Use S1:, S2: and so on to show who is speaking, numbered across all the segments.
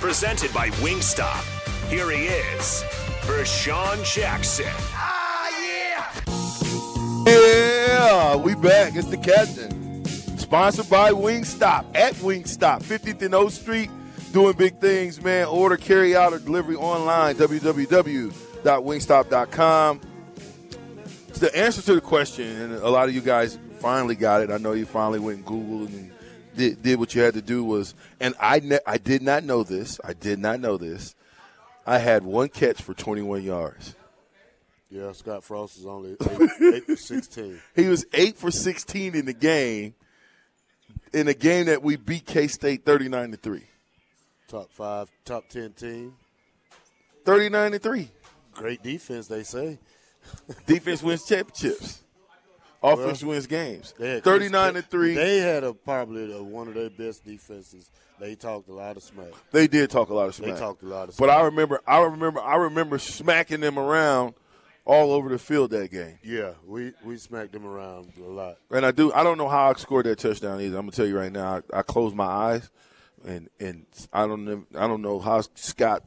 S1: Presented by Wingstop. Here he is, Vershawn Jackson.
S2: Yeah, we back. It's the captain. Sponsored by Wingstop at Wingstop, 50th and O Street. Doing big things, man. Order, carry out, or delivery online. www.wingstop.com. It's the answer to the question, and a lot of you guys finally got it. I know you finally went and Googled and did, did what you had to do. Was and I ne- I did not know this. I did not know this. I had one catch for 21 yards.
S3: Yeah, Scott Frost is only eight, eight for sixteen.
S2: He was eight for sixteen in the game, in a game that we beat K State thirty nine to three.
S3: Top five, top ten team.
S2: Thirty nine to three.
S3: Great defense, they say.
S2: Defense wins championships. Offense wins games.
S3: They had-
S2: Thirty nine to three. They,
S3: They had a probably a, one of their best defenses. They talked a lot of smack.
S2: did talk a lot of
S3: They
S2: smack.
S3: talked a lot of
S2: But
S3: smack.
S2: I remember, I remember, I remember smacking them around all over the field that game.
S3: Yeah, we we smacked them around a lot.
S2: And I do. I don't know how I scored that touchdown either. I'm gonna tell you right now. I, I closed my eyes, and and I don't know. I don't know how Scott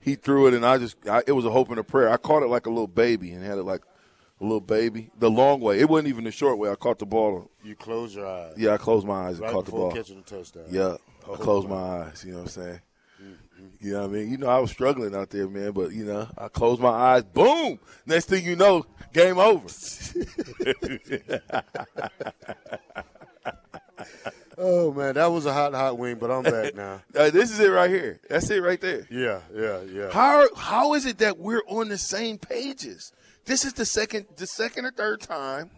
S2: he threw it, and I just I, it was a hope and a prayer. I caught it like a little baby and had it like a little baby. The long way. It wasn't even the short way. I caught the ball.
S3: You close your eyes.
S2: Yeah, I closed my eyes and
S3: right
S2: caught the
S3: before
S2: ball.
S3: catching the touchdown.
S2: Yeah, I closed my eyes. You know what I'm saying?
S3: Mm-hmm.
S2: You know what I mean? You know I was struggling out there, man. But you know, I closed my eyes. Boom! Next thing you know, game over.
S3: Oh man, that was a hot, hot wing. But I'm back now.
S2: Uh, this is it right here. That's it right there.
S3: Yeah, yeah, yeah.
S2: How how is it that we're on the same pages? This is the second the second or third time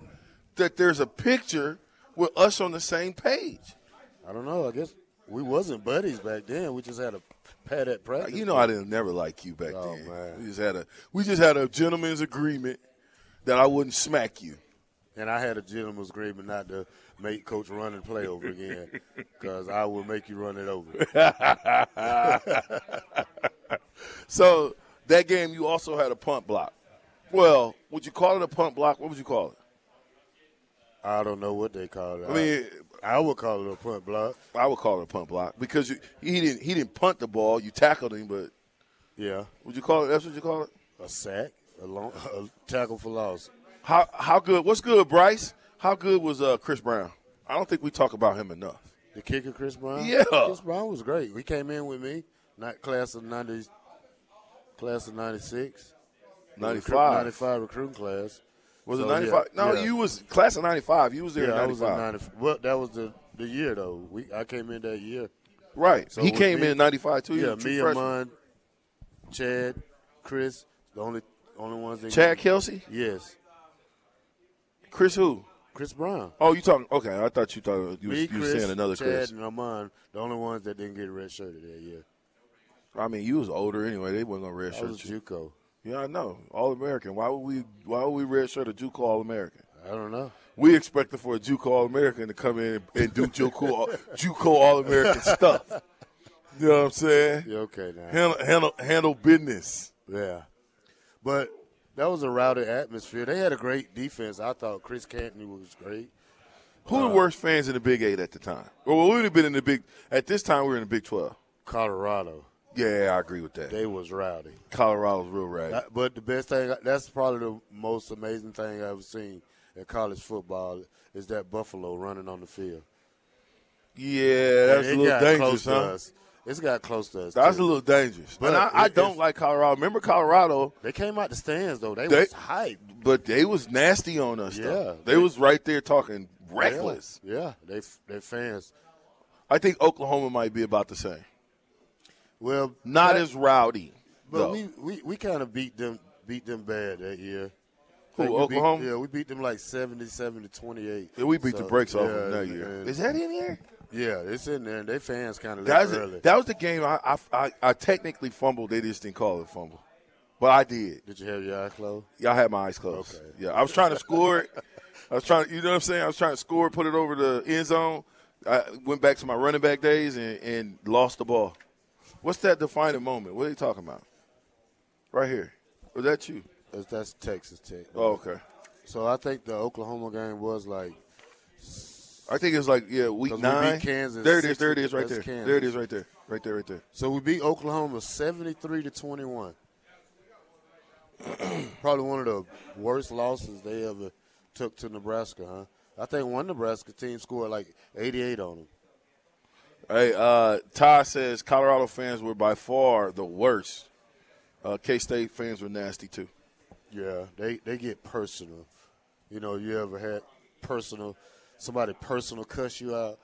S2: that there's a picture with us on the same page.
S3: I don't know. I guess we wasn't buddies back then. We just had a pat at practice.
S2: You know I didn't never like you back
S3: Oh,
S2: then.
S3: man.
S2: We just had a we just had a gentleman's agreement that I wouldn't smack you.
S3: And I had a gentleman's agreement not to make Coach run and play over again because I will make you run it over.
S2: So that game you also had a punt block. Well, would you call it a punt block? What would you call it?
S3: I don't know what they call it.
S2: I mean,
S3: I, would call it a punt block.
S2: I would call it a punt block because you, he didn't he didn't punt the ball. You tackled him, but
S3: Yeah,
S2: would you call it? That's what you call it.
S3: a sack, a, long, a tackle for loss.
S2: How how good? What's good, Bryce? How good was uh, Chris Brown? I don't think we talk about him enough.
S3: The kicker, Chris Brown.
S2: Yeah.
S3: Chris Brown was great. He came in with me, not class of ninety, class of ninety six,
S2: Ninety five.
S3: ninety five recruiting class.
S2: Was it
S3: So,
S2: ninety five?
S3: yeah,
S2: no,
S3: yeah.
S2: you was class of ninety five. You was there
S3: Yeah, I
S2: in ninety
S3: was in
S2: five.
S3: ninety. Well, that was the the year though. We I came in that year.
S2: Right.
S3: So
S2: he
S3: with
S2: came
S3: me-
S2: in ninety five too. He
S3: Yeah,
S2: was a true
S3: me,
S2: freshman.
S3: Amon, Chad, Chris, the only only ones that
S2: Chad Kelsey,
S3: Yes,
S2: Chris who?
S3: Chris Brown.
S2: Oh, you talking? Okay, I thought you thought you was,
S3: me,
S2: you
S3: Chris,
S2: was saying another
S3: Chad,
S2: Chris.
S3: and Amon, the only ones that didn't get redshirted that year.
S2: I mean, you was older anyway. They wasn't gonna
S3: I was
S2: redshirt you.
S3: JUCO.
S2: Yeah, I know. All American. Why would we? Why would we redshirt a JUCO All American?
S3: I don't know.
S2: We expected for a JUCO All American to come in and do JUCO JUCO All American stuff. You know what I'm saying?
S3: You okay now?
S2: handle, handle, handle business.
S3: Yeah, but that was a rowdy atmosphere. They had a great defense. I thought Chris Cantney was great.
S2: Who
S3: Uh,
S2: the worst fans in the Big Eight at the time? Well, we would have been in the Big. At this time, we were in the Big Twelve.
S3: Colorado,
S2: Yeah, I agree with that.
S3: they was rowdy.
S2: Colorado's real right.
S3: That- But the best thing, that's probably the most amazing thing I've ever seen in college football is that Buffalo running on the field.
S2: Yeah, that's
S3: It
S2: a little
S3: got
S2: dangerous,
S3: close to
S2: huh?
S3: us. It's got close to us.
S2: That's a
S3: too.
S2: little dangerous.
S3: But
S2: and I, I
S3: it-
S2: don't
S3: it's-
S2: like Colorado. Remember Colorado,
S3: They came out the stands though. They,
S2: They-
S3: was hyped.
S2: but they was nasty on us. though.
S3: Yeah.
S2: they was right there talking reckless.
S3: Yeah, yeah. They f- they fans.
S2: I think Oklahoma might be about the same.
S3: Well,
S2: Not
S3: but-
S2: as rowdy.
S3: But
S2: though.
S3: we, we, we kind of beat them beat them bad that year.
S2: Who,
S3: Like, we beat-
S2: Oklahoma?
S3: yeah, we beat them like 77 to 28.
S2: Yeah, we beat the
S3: So,
S2: brakes off
S3: yeah,
S2: them that year.
S3: and-
S2: Is that in here?
S3: Yeah, it's in there. And their fans kind of
S2: That
S3: left
S2: was,
S3: early.
S2: that was the game I, I, I, I technically fumbled. They just didn't call it fumble. But I did.
S3: Did you have your eye closed?
S2: Y'all had my eyes closed.
S3: Okay.
S2: Yeah, I was trying to score it. I was trying, you know what I'm saying? I was trying to score, it, put it over the end zone. I went back to my running back days and, and lost the ball. What's that defining moment? What are you talking about? Right here. Was that you?
S3: That's, that's Texas Tech.
S2: Oh, okay.
S3: So I think the Oklahoma game was like
S2: I think it was like yeah, week
S3: 'Cause we beat
S2: nine.
S3: Kansas
S2: There it is. There it is.
S3: 60.
S2: Right there.
S3: That's Kansas.
S2: There it is. Right there. Right there. Right there.
S3: so we beat Oklahoma 73 to 21. Probably one of the worst losses they ever took to Nebraska, huh? I think one Nebraska team scored like 88 on them.
S2: Hey, uh, Ty says Colorado fans were by far the worst. Uh, K State fans were nasty too.
S3: Yeah, they they get personal. You know, you ever had personal somebody personal cuss you out?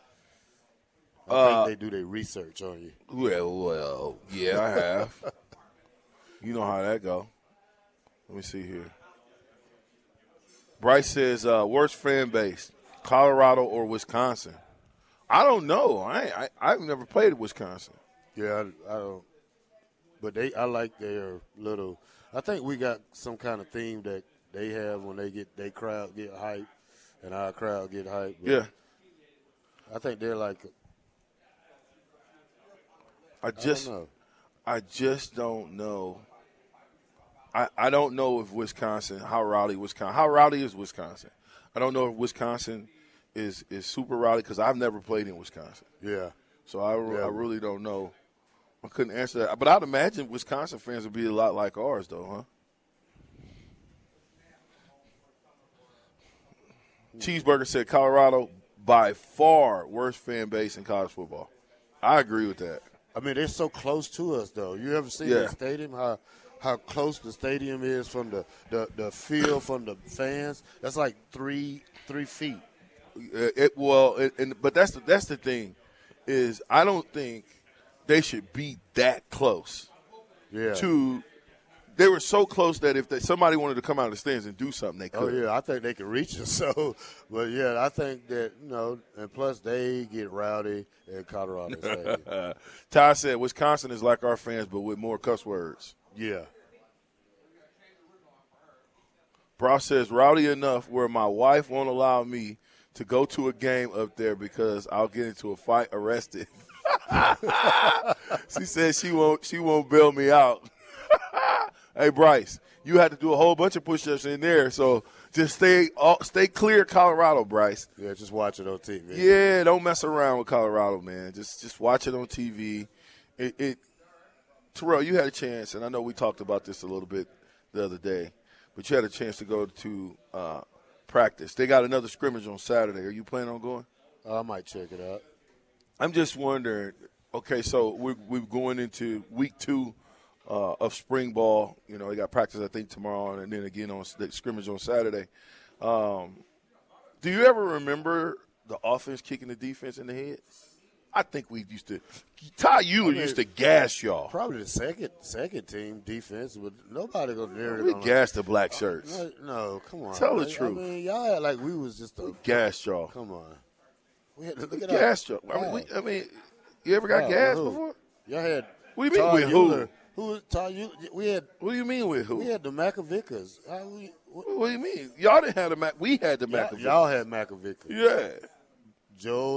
S3: I think they do their research on you.
S2: Well, well, yeah, I have. you know how that go. Let me see here. Bryce says uh, worst fan base: Colorado or Wisconsin. I don't know. I, ain't- I I've never played at Wisconsin.
S3: Yeah, I, I don't. But they, I like their little. I think we got some kind of theme that they have when they get they crowd get hype, and our crowd get hype. But
S2: Yeah,
S3: I think they're like
S2: I
S3: I
S2: just.
S3: don't know.
S2: I just don't know. I, I don't know if Wisconsin how rowdy Wisconsin how rowdy is Wisconsin. I don't know if Wisconsin is is super rowdy because I've never played in Wisconsin,
S3: Yeah,
S2: so I, re-
S3: Yeah.
S2: I really don't know. I couldn't answer that, but I'd imagine Wisconsin fans would be a lot like ours, though, huh? Cheeseburger said Colorado by far worst fan base in college football. I agree with that.
S3: I mean they're so close to us though. You ever see
S2: Yeah.
S3: the stadium how how close the stadium is from the the, the field from the fans? That's like three three feet.
S2: Uh, it well, it, and but that's the that's the thing, is I don't think they should be that close
S3: Yeah.
S2: to. They were so close that if they, somebody wanted to come out of the stands and do something, they
S3: Oh
S2: could.
S3: yeah, I think they can reach us. So, but yeah, I think that you know, and plus they get rowdy at Colorado Stadium.
S2: Uh, Ty said Wisconsin is like our fans, but with more cuss words.
S3: yeah,
S2: Brock says rowdy enough where my wife won't allow me to go to a game up there because I'll get into a fight arrested. she says she won't she won't bail me out. hey Bryce, you had to do a whole bunch of push-ups in there, so just stay all, stay clear, Colorado, Bryce.
S3: yeah, just watch it on TV.
S2: Yeah, don't mess around with Colorado, man. Just just watch it on TV. It, it Terrell, you had a chance, and I know we talked about this a little bit the other day, but you had a chance to go to uh, practice. They got another scrimmage on Saturday. Are you planning on going?
S3: I might check it out.
S2: I'm just wondering. Okay, so we're, we're going into week two uh, of spring ball. You know, they got practice I think tomorrow, and then again on s- the scrimmage on Saturday. Um, do you ever remember the offense kicking the defense in the head? I think we used to. Ty Euler used to gas y'all.
S3: Probably the second second team defense, but nobody gonna dare
S2: We
S3: it. on a-
S2: gassed the black shirts.
S3: No, no, come on.
S2: Tell the
S3: Like,
S2: truth.
S3: I mean, y'all act like we was just a.
S2: Gassed y'all.
S3: Come on. We had to look at
S2: Gassed y'all.
S3: our,
S2: I mean, we,
S3: Wow.
S2: I mean, you ever got
S3: Wow,
S2: gassed
S3: with who?
S2: before?
S3: Y'all had.
S2: What do you mean
S3: Todd
S2: with who?
S3: Euler. Who was Todd Euler? We had
S2: What do you mean with
S3: we
S2: who?
S3: had the Macavickas. How we, what,
S2: What do you mean? Y'all didn't have the Mac. We had the Mac.
S3: y'all, y'all had Macavickas.
S2: Yeah.
S3: Joe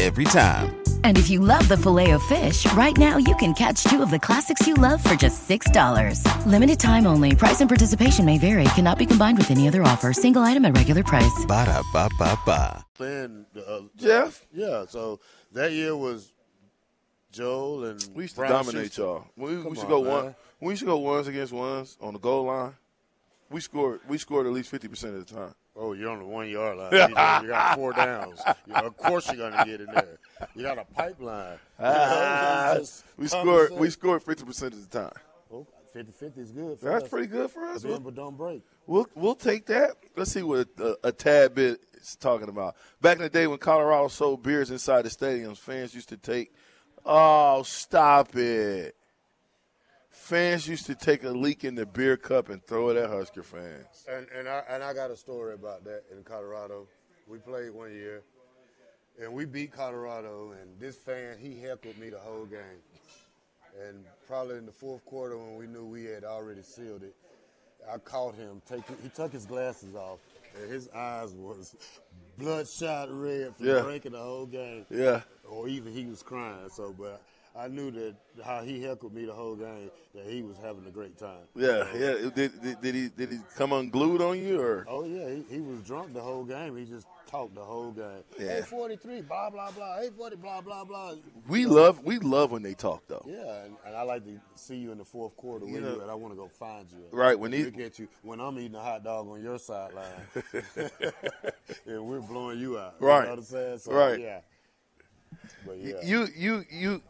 S4: Every time.
S5: And if you love the filet of fish, right now you can catch two of the classics you love for just $6. Limited time only. Price and participation may vary. Cannot be combined with any other offer. Single item at regular price.
S4: Ba-da-ba-ba-ba.
S3: Playing the, uh,
S2: Jeff?
S3: Yeah, so that year was Joel and
S2: We used to
S3: Brian
S2: dominate
S3: Schuster.
S2: y'all. We, we
S3: Come
S2: should
S3: on,
S2: go
S3: man.
S2: one. We should go ones against ones on the goal line. We scored. We scored at least fifty percent of the time.
S3: Oh, you're on the one yard line. You, know, you got four downs. You know, of course, you're gonna get in there. You got a pipeline. You know,
S2: Ah,
S3: it's just
S2: we
S3: common
S2: scored.
S3: sense.
S2: We scored fifty percent of the time.
S3: Oh, 50-50 is good. For
S2: That's
S3: us.
S2: pretty good for us.
S3: Bend
S2: We'll,
S3: but don't break.
S2: we'll we'll take that. Let's see what a, a tad bit is talking about. Back in the day when Colorado sold beers inside the stadiums, fans used to take. Oh, stop it! Fans used to take a leak in the beer cup and throw it at Husker fans.
S3: And and I and I got a story about that in Colorado. We played one year, and we beat Colorado. And this fan he heckled me the whole game. And probably in the fourth quarter when we knew we had already sealed it, I caught him taking. He took his glasses off, and his eyes was bloodshot red from
S2: Yeah.
S3: drinking the whole game.
S2: Yeah.
S3: Or even he was crying. So, but. I knew that how he heckled me the whole game that he was having a great time.
S2: Yeah, yeah. Did, did, did he did he come unglued on you or?
S3: Oh yeah, he, he was drunk the whole game. He just talked the whole game.
S2: Yeah.
S3: Eight forty three, blah blah blah. Eight forty, blah blah blah.
S2: We love we love when they talk though.
S3: Yeah, and, and I like to see you in the fourth quarter. Where
S2: know-
S3: you at? I want to go find you. at.
S2: Right, when he-
S3: look at you when I'm eating a hot dog on your sideline, and we're blowing you out.
S2: Right.
S3: You know what I'm saying? So,
S2: Right.
S3: Yeah. But yeah,
S2: You you you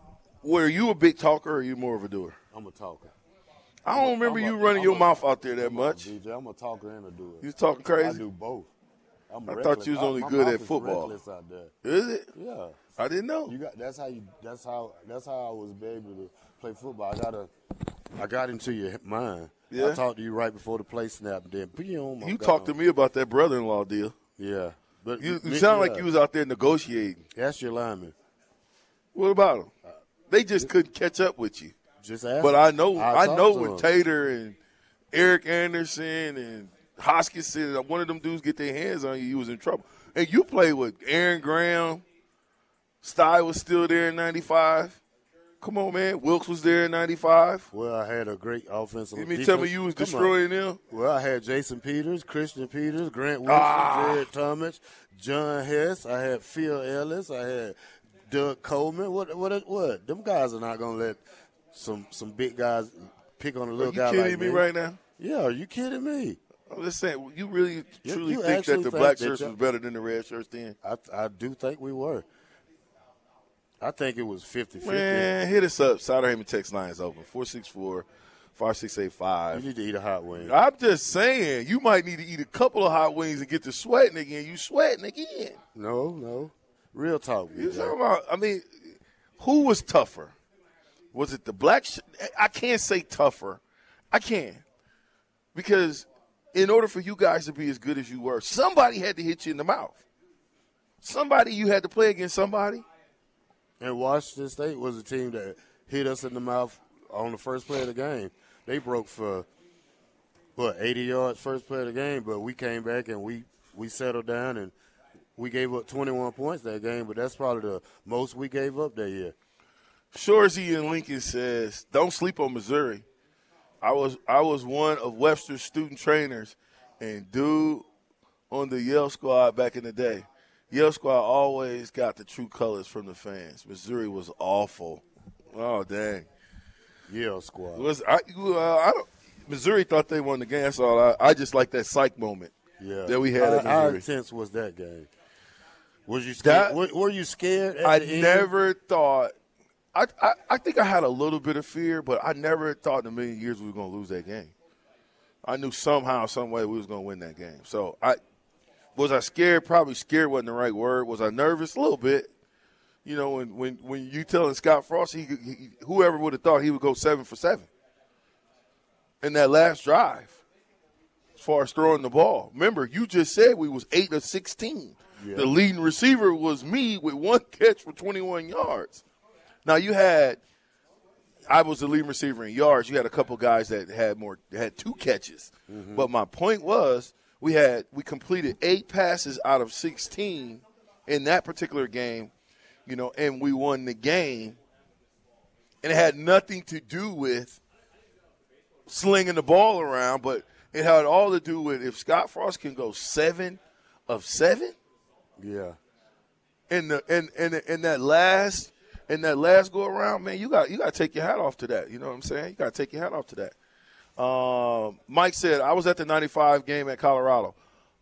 S2: were you a big talker or you more of a doer?
S3: I'm a talker.
S2: I don't remember
S3: I'm a-
S2: you running
S3: I'm
S2: your
S3: a-
S2: mouth out there that
S3: Come on,
S2: much. You
S3: DJ, I'm a talker and a doer.
S2: was talking
S3: I
S2: crazy.
S3: do both. I'm
S2: I thought
S3: reckless.
S2: you was
S3: I-
S2: only
S3: my
S2: good
S3: mouth
S2: at
S3: is
S2: football.
S3: reckless out there.
S2: Is it?
S3: Yeah.
S2: I didn't know.
S3: You got that's how you that's how that's how I was able to play football. I got to I got into your mind.
S2: Yeah.
S3: I talked to you right before the play snap. Then boom, I'm
S2: You talked to
S3: gone.
S2: me about that brother-in-law deal.
S3: Yeah, but
S2: You, you
S3: me-
S2: sound like
S3: yeah.
S2: you was out there negotiating.
S3: Ask your lineman.
S2: What about them? They just couldn't catch up with you.
S3: Just ask.
S2: But
S3: him.
S2: I know, I,
S3: talked
S2: know
S3: to
S2: when
S3: him.
S2: Tater and Eric Anderson and Hoskinson, and one of them dudes get their hands on you, you was in trouble. And you played with Aaron Graham. Sty was still there in '95. Come on, man. Wilkes was there in '95.
S3: Well, I had a great offensive.
S2: You mean tell me
S3: defense.
S2: you was
S3: Come on.
S2: destroying them?
S3: Well, I had Jason Peters, Christian Peters, Grant Wilson,
S2: Ah.
S3: Jared Thomas, John Hess. I had Phil Ellis. I had Doug Coleman. What? What? What? Them guys are not going to let some some big guys pick on a
S2: Are
S3: little
S2: you
S3: guy
S2: kidding
S3: like
S2: me
S3: me
S2: right now?
S3: Yeah, are you kidding me?
S2: I'm just saying. You really
S3: You-
S2: truly
S3: you
S2: think that
S3: actually
S2: the
S3: think
S2: black
S3: that
S2: shirts
S3: y'all-
S2: was better than the red shirts then?
S3: I I do think we were. I think it was 50-50.
S2: Man, hit us up. Souderhaven text line is open. 464-5685.
S3: You need to eat a hot wing.
S2: I'm just saying, you might need to eat a couple of hot wings and get to sweating again. You sweating again.
S3: No, no. Real talk.
S2: You
S3: BJ.
S2: talking about? I mean, who was tougher? Was it the black? Sh- I can't say tougher. I can because in order for you guys to be as good as you were, somebody had to hit you in the mouth. Somebody you had to play against somebody.
S3: And Washington State was a team that hit us in the mouth on the first play of the game. They broke for what 80 yards first play of the game, but we came back and we we settled down and we gave up 21 points that game. But that's probably the most we gave up that year.
S2: Shorzy in Lincoln says, "Don't sleep on Missouri." I was I was one of Webster's student trainers, and dude on the Yale squad back in the day. Yale squad always got the true colors from the fans. Missouri was awful. Oh dang!
S3: Yale squad.
S2: Was I? Uh, I don't. Missouri thought they won the game. That's all. I, I just like that psych moment
S3: yeah,
S2: that we had
S3: Our,
S2: at
S3: our
S2: Missouri.
S3: intense was that game. Was you
S2: That-
S3: scared? were, were you scared? At
S2: I
S3: the end?
S2: never thought. I, I I think I had a little bit of fear, but I never thought in a million years we were going to lose that game. I knew somehow, some way, we was going to win that game. So I was I scared. Probably scared wasn't the right word. Was I nervous? A little bit. You know, when when when you telling Scott Frost, he, he whoever would have thought he would go seven for seven in that last drive, as far as throwing the ball. Remember, you just said we was eight of sixteen. The leading receiver was me with one catch for twenty one yards. Now you had, I was the leading receiver in yards. You had a couple guys that had more, had two catches. But my point was, we had we completed eight passes out of sixteen in that particular game. you know, and we won the game. And it had nothing to do with slinging the ball around, but it had all to do with if Scott Frost can go seven of seven
S3: Yeah.
S2: in the in in in that last in that last go around, man, you got you got to take your hat off to that. You know what I'm saying? You got to take your hat off to that. Um, Mike said, "I was at the '95 game at Colorado.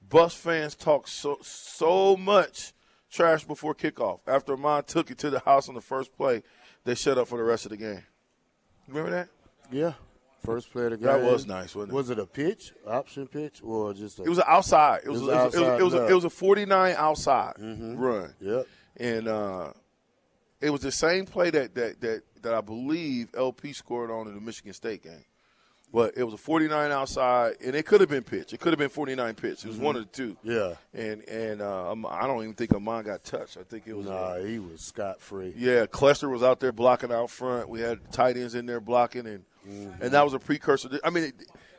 S2: Bus fans talked so so much trash before kickoff. After mine took it to the house on the first play, they shut up for the rest of the game. Remember that?
S3: Yeah. First play of the game.
S2: That was nice, wasn't it?
S3: Was it a pitch, option pitch, or just a?
S2: It was an outside. It was
S3: It
S2: it
S3: was
S2: was, it was,
S3: outside Mm-hmm.
S2: it was, a,
S3: run.
S2: it was a 49 outside run.
S3: Yep.
S2: and uh, it was the same play that, that that that I believe LP scored on in the Michigan State game. But it was a 49 outside, and it could have been pitch. It could have been 49 pitch. It was one of the two.
S3: Mm-hmm. Yeah.
S2: And and uh, Am- I don't even think Amon got touched. I think it was. uh,
S3: Nah, he was scot free.
S2: yeah, Cluster was out there blocking out front. We had tight ends in there blocking, and
S3: Mm-hmm.
S2: and that was a precursor. I mean, it,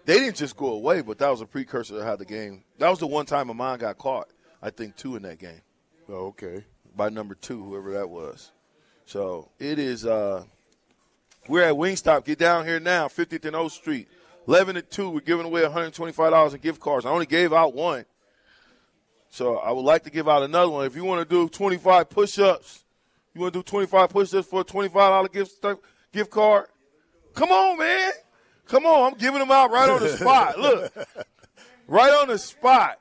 S2: they didn't just go away, but that was a precursor to how the game. That was the one time Amon got caught. I think two in that game
S3: Oh, okay.
S2: by number two, whoever that was. So it is. Uh, we're at Wingstop. Get down here now, 50th and O Street, 11 to two. We're giving away 125 dollars in gift cards. I only gave out one, so I would like to give out another one. If you want to do 25 push-ups, you want to do 25 push-ups for a 25 dollar gift stu- gift card. Come on, man. Come on. I'm giving them out right on the spot. Look, right on the spot.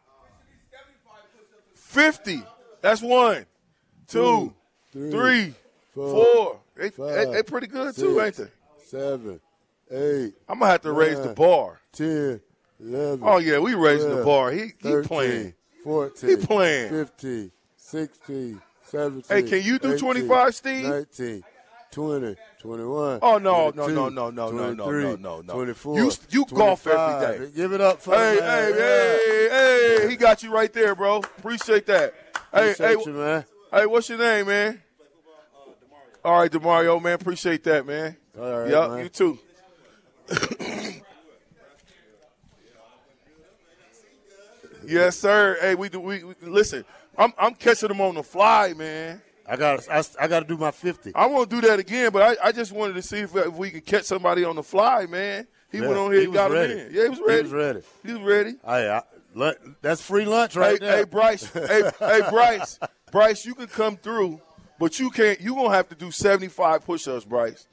S2: 50. That's one two,
S3: Two,
S2: three, four. four. They,
S3: three, five,
S2: they, they pretty good too, ain't
S3: six,
S2: they?
S3: Seven, eight,
S2: I'm gonna have to raise the
S3: nine,
S2: bar.
S3: ten, eleven.
S2: Oh yeah, we raising the
S3: twelve,
S2: bar. He he
S3: 13,
S2: playing.
S3: 14,
S2: He playing.
S3: 15, 16, 17.
S2: Hey, can you do
S3: 18,
S2: 25, Steve?
S3: 19, 20, 21.
S2: Oh, no, no,
S3: 22,
S2: no, no, no, no, no,
S3: 23,
S2: no, no, no.
S3: 24.
S2: You- you golf every
S3: 25.
S2: day.
S3: Give it up for
S2: Hey,
S3: the man.
S2: hey, hey, hey! He got you right there, bro. Appreciate that. Hey,
S3: Appreciate
S2: hey,
S3: you, man.
S2: hey! What's your name, man? All right, Demario, man. Appreciate that, man.
S3: All right,
S2: Yup,
S3: man.
S2: you too. yes, sir. Hey, we do. We, we listen. I'm I'm catching them on the fly, man.
S3: I got I, I got to do my 50.
S2: I won't do that again, but I, I just wanted to see if, if we could catch somebody on the fly, man. He
S3: Yeah,
S2: went on here
S3: he
S2: and
S3: was
S2: got
S3: ready.
S2: him in. Yeah, he was
S3: He
S2: ready.
S3: was ready.
S2: He was ready.
S3: Hey, I, lu- that's free lunch
S2: Hey,
S3: right there.
S2: hey, Bryce. hey, hey, Bryce. Bryce, you can come through, but you can't. You gonna have to do seventy-five push-ups, Bryce.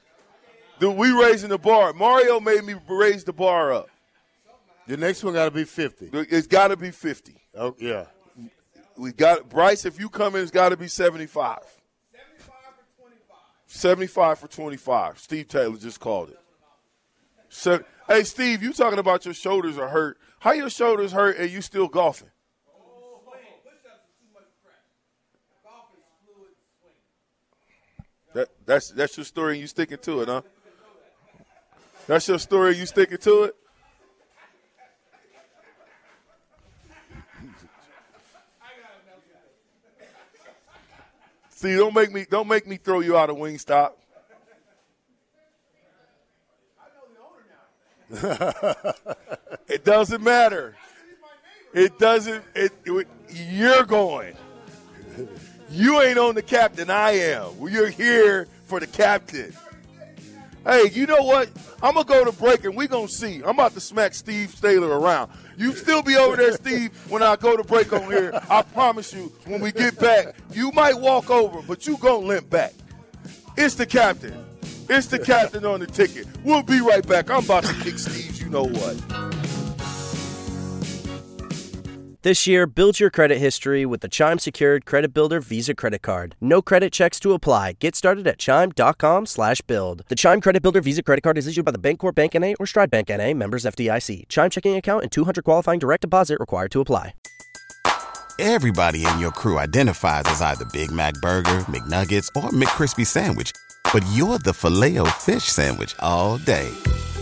S2: Dude, we raising the bar. Mario made me raise the bar up.
S3: The next one got to be 50.
S2: It's got to be fifty.
S3: Oh, yeah.
S2: We got Bryce. If you come in, it's got to be seventy-five. Seventy-five for twenty-five. Steve Taylor just called it. So, hey, Steve, you talking about your shoulders are hurt? How your shoulders hurt and you still golfing? That, that's that's your story and you sticking to it, huh? That's your story and you sticking to it? See, don't make me don't make me throw you out of Wingstop. it doesn't matter. It doesn't. It, it- you're going. You ain't on the captain. I am. Well, You're here for the captain. Hey, you know what? I'm gonna go to break and we gonna see. I'm about to smack Steve Taylor around. You still be over there, Steve, when I go to break on here. I promise you, when we get back, you might walk over, but you gonna limp back. It's the captain. It's the captain on the ticket. We'll be right back. I'm about to kick Steve's you know what.
S6: This year, build your credit history with the Chime Secured Credit Builder Visa Credit Card. No credit checks to apply. Get started at chime.com slash build. The Chime Credit Builder Visa Credit Card is issued by the Bancorp Bank N.A. or Stride Bank N.A. members FDIC. Chime checking account and 200 qualifying direct deposit required to apply.
S4: Everybody in your crew identifies as either Big Mac Burger, McNuggets, or McCrispy Sandwich. But you're the filet fish Sandwich all day.